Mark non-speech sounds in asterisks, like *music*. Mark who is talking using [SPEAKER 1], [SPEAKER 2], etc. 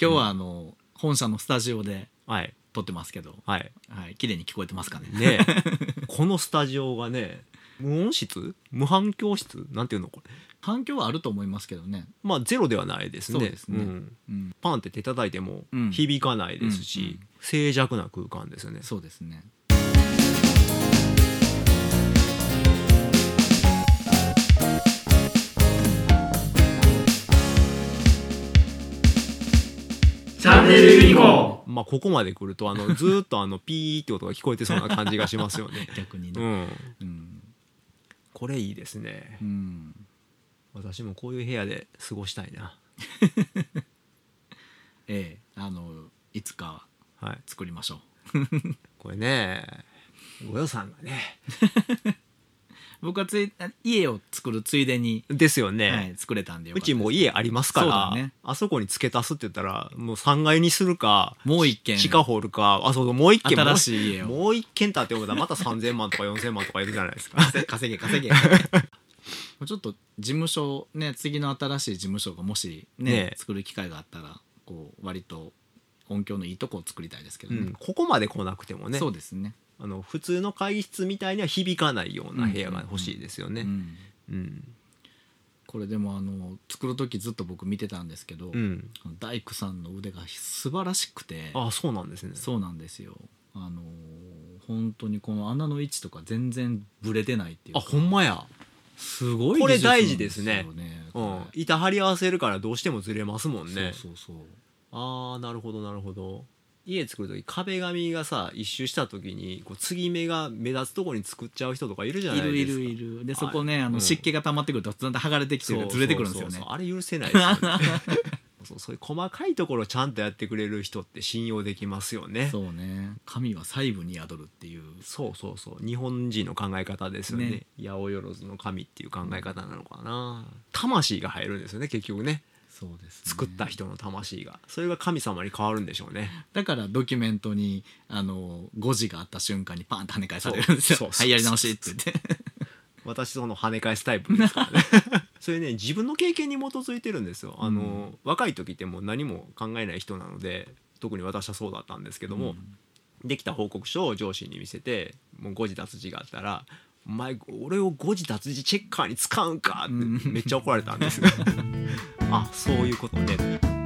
[SPEAKER 1] 今日はあの、本社のスタジオで
[SPEAKER 2] はい
[SPEAKER 1] 撮ってますけど、
[SPEAKER 2] はい
[SPEAKER 1] はい、綺麗に聞こえてますかね。 *laughs*
[SPEAKER 2] ねえこのスタジオがね無音室無反響室なんていうのこれ
[SPEAKER 1] 反響はあると思いますけどね。
[SPEAKER 2] まあゼロではないですね
[SPEAKER 1] そうですね
[SPEAKER 2] ん
[SPEAKER 1] うん、
[SPEAKER 2] パンって手叩いても
[SPEAKER 1] うん
[SPEAKER 2] 響かないですし、
[SPEAKER 1] うんうん
[SPEAKER 2] 静寂な空間ですよね
[SPEAKER 1] そうですね。チャンネルユニコー
[SPEAKER 2] まあここまで来ると
[SPEAKER 1] *laughs*
[SPEAKER 2] あのずーっとあのピーって音が聞こえてそうな感じがしますよね
[SPEAKER 1] 逆に
[SPEAKER 2] う
[SPEAKER 1] ね。
[SPEAKER 2] ん
[SPEAKER 1] うん。
[SPEAKER 2] これいいですね
[SPEAKER 1] うん。
[SPEAKER 2] 私もこういう部屋で過ごしたいな
[SPEAKER 1] ええ、あの、いつか
[SPEAKER 2] はい
[SPEAKER 1] 作りましょう。
[SPEAKER 2] これねご予算がね
[SPEAKER 1] 僕はつい家を作るついでに、
[SPEAKER 2] ですよね、
[SPEAKER 1] はい、作れたんでよか
[SPEAKER 2] う
[SPEAKER 1] ったです
[SPEAKER 2] ちもう家ありますか
[SPEAKER 1] そうだ
[SPEAKER 2] ら、
[SPEAKER 1] ね
[SPEAKER 2] あそこに付け足すって言ったらもう3階にするか
[SPEAKER 1] もう一軒
[SPEAKER 2] 地下掘るかあそうもう一軒
[SPEAKER 1] 新しい家を
[SPEAKER 2] もうもう一軒建てようと思ったらまた3000万とか4000万とかいるじゃないですか
[SPEAKER 1] 稼げ稼げ *laughs* ちょっと事務所ね次の新しい事務所がもしね
[SPEAKER 2] ねえ
[SPEAKER 1] 作る機会があったらこう割と音響のいいとこを作りたいですけど
[SPEAKER 2] う
[SPEAKER 1] ね、
[SPEAKER 2] ん、ここまで来なくてもね
[SPEAKER 1] そうですね
[SPEAKER 2] あの普通の会議室みたいには響かないような部屋が欲しいですよね
[SPEAKER 1] う。ん
[SPEAKER 2] うん
[SPEAKER 1] これでもあの作る時ずっと僕見てたんですけど、
[SPEAKER 2] うん
[SPEAKER 1] あの大工さんの腕が素晴らしくて
[SPEAKER 2] あそうなんですね。
[SPEAKER 1] そうなんですよあのー本当にこの穴の位置とか全然ブレてないっていう
[SPEAKER 2] あ
[SPEAKER 1] か
[SPEAKER 2] ほんまや。
[SPEAKER 1] すごい
[SPEAKER 2] こ
[SPEAKER 1] 技
[SPEAKER 2] れ
[SPEAKER 1] 術なん
[SPEAKER 2] 大事ですね
[SPEAKER 1] よ
[SPEAKER 2] う
[SPEAKER 1] こ
[SPEAKER 2] ん、板張り合わせるからどうしてもずれますも
[SPEAKER 1] れ
[SPEAKER 2] んね。
[SPEAKER 1] そうそうそう
[SPEAKER 2] ああなるほどなるほど。家作る時壁紙がさ一周した時にこう継ぎ目が目立つとこに作っちゃう人とかいるじゃない
[SPEAKER 1] い
[SPEAKER 2] です
[SPEAKER 1] る
[SPEAKER 2] か。
[SPEAKER 1] いるいるでそこね、
[SPEAKER 2] はい
[SPEAKER 1] あ
[SPEAKER 2] う
[SPEAKER 1] の
[SPEAKER 2] ん
[SPEAKER 1] 湿気が溜まってくるとだんだん剥がれてきて
[SPEAKER 2] そう
[SPEAKER 1] るずれてくるんですよ
[SPEAKER 2] そう
[SPEAKER 1] ね
[SPEAKER 2] そうあれ許せないですよね。 *laughs* そうそういう細かいところをちゃんとやってくれる人って信用できますよね。
[SPEAKER 1] そうね神は細部に宿るっていう
[SPEAKER 2] そうそうそう日本人の考え方ですよね
[SPEAKER 1] ね
[SPEAKER 2] 八百万の神っていう考え方なのかな魂が入るんですよね結局ね
[SPEAKER 1] そうです、
[SPEAKER 2] 作った人の魂がそれが神様に変わるんでしょうね
[SPEAKER 1] だからドキュメントにあの誤字があった瞬間にパーンと跳ね返され
[SPEAKER 2] そ
[SPEAKER 1] る
[SPEAKER 2] うん
[SPEAKER 1] です
[SPEAKER 2] そ
[SPEAKER 1] よ
[SPEAKER 2] う
[SPEAKER 1] はいやり直しって言って
[SPEAKER 2] 私その跳ね返すタイプで
[SPEAKER 1] *laughs*
[SPEAKER 2] すからねそれね自分の経験に基づいてるんですよあの、
[SPEAKER 1] うん
[SPEAKER 2] 若い時ってもう何も考えない人なので特に私はそうだったんですけども、できた報告書を上司に見せてもう誤字脱字があったら「お前俺を誤字脱字チェッカーに使うんか!」
[SPEAKER 1] うん
[SPEAKER 2] *laughs* ってめっちゃ怒られたんですよあそういうことね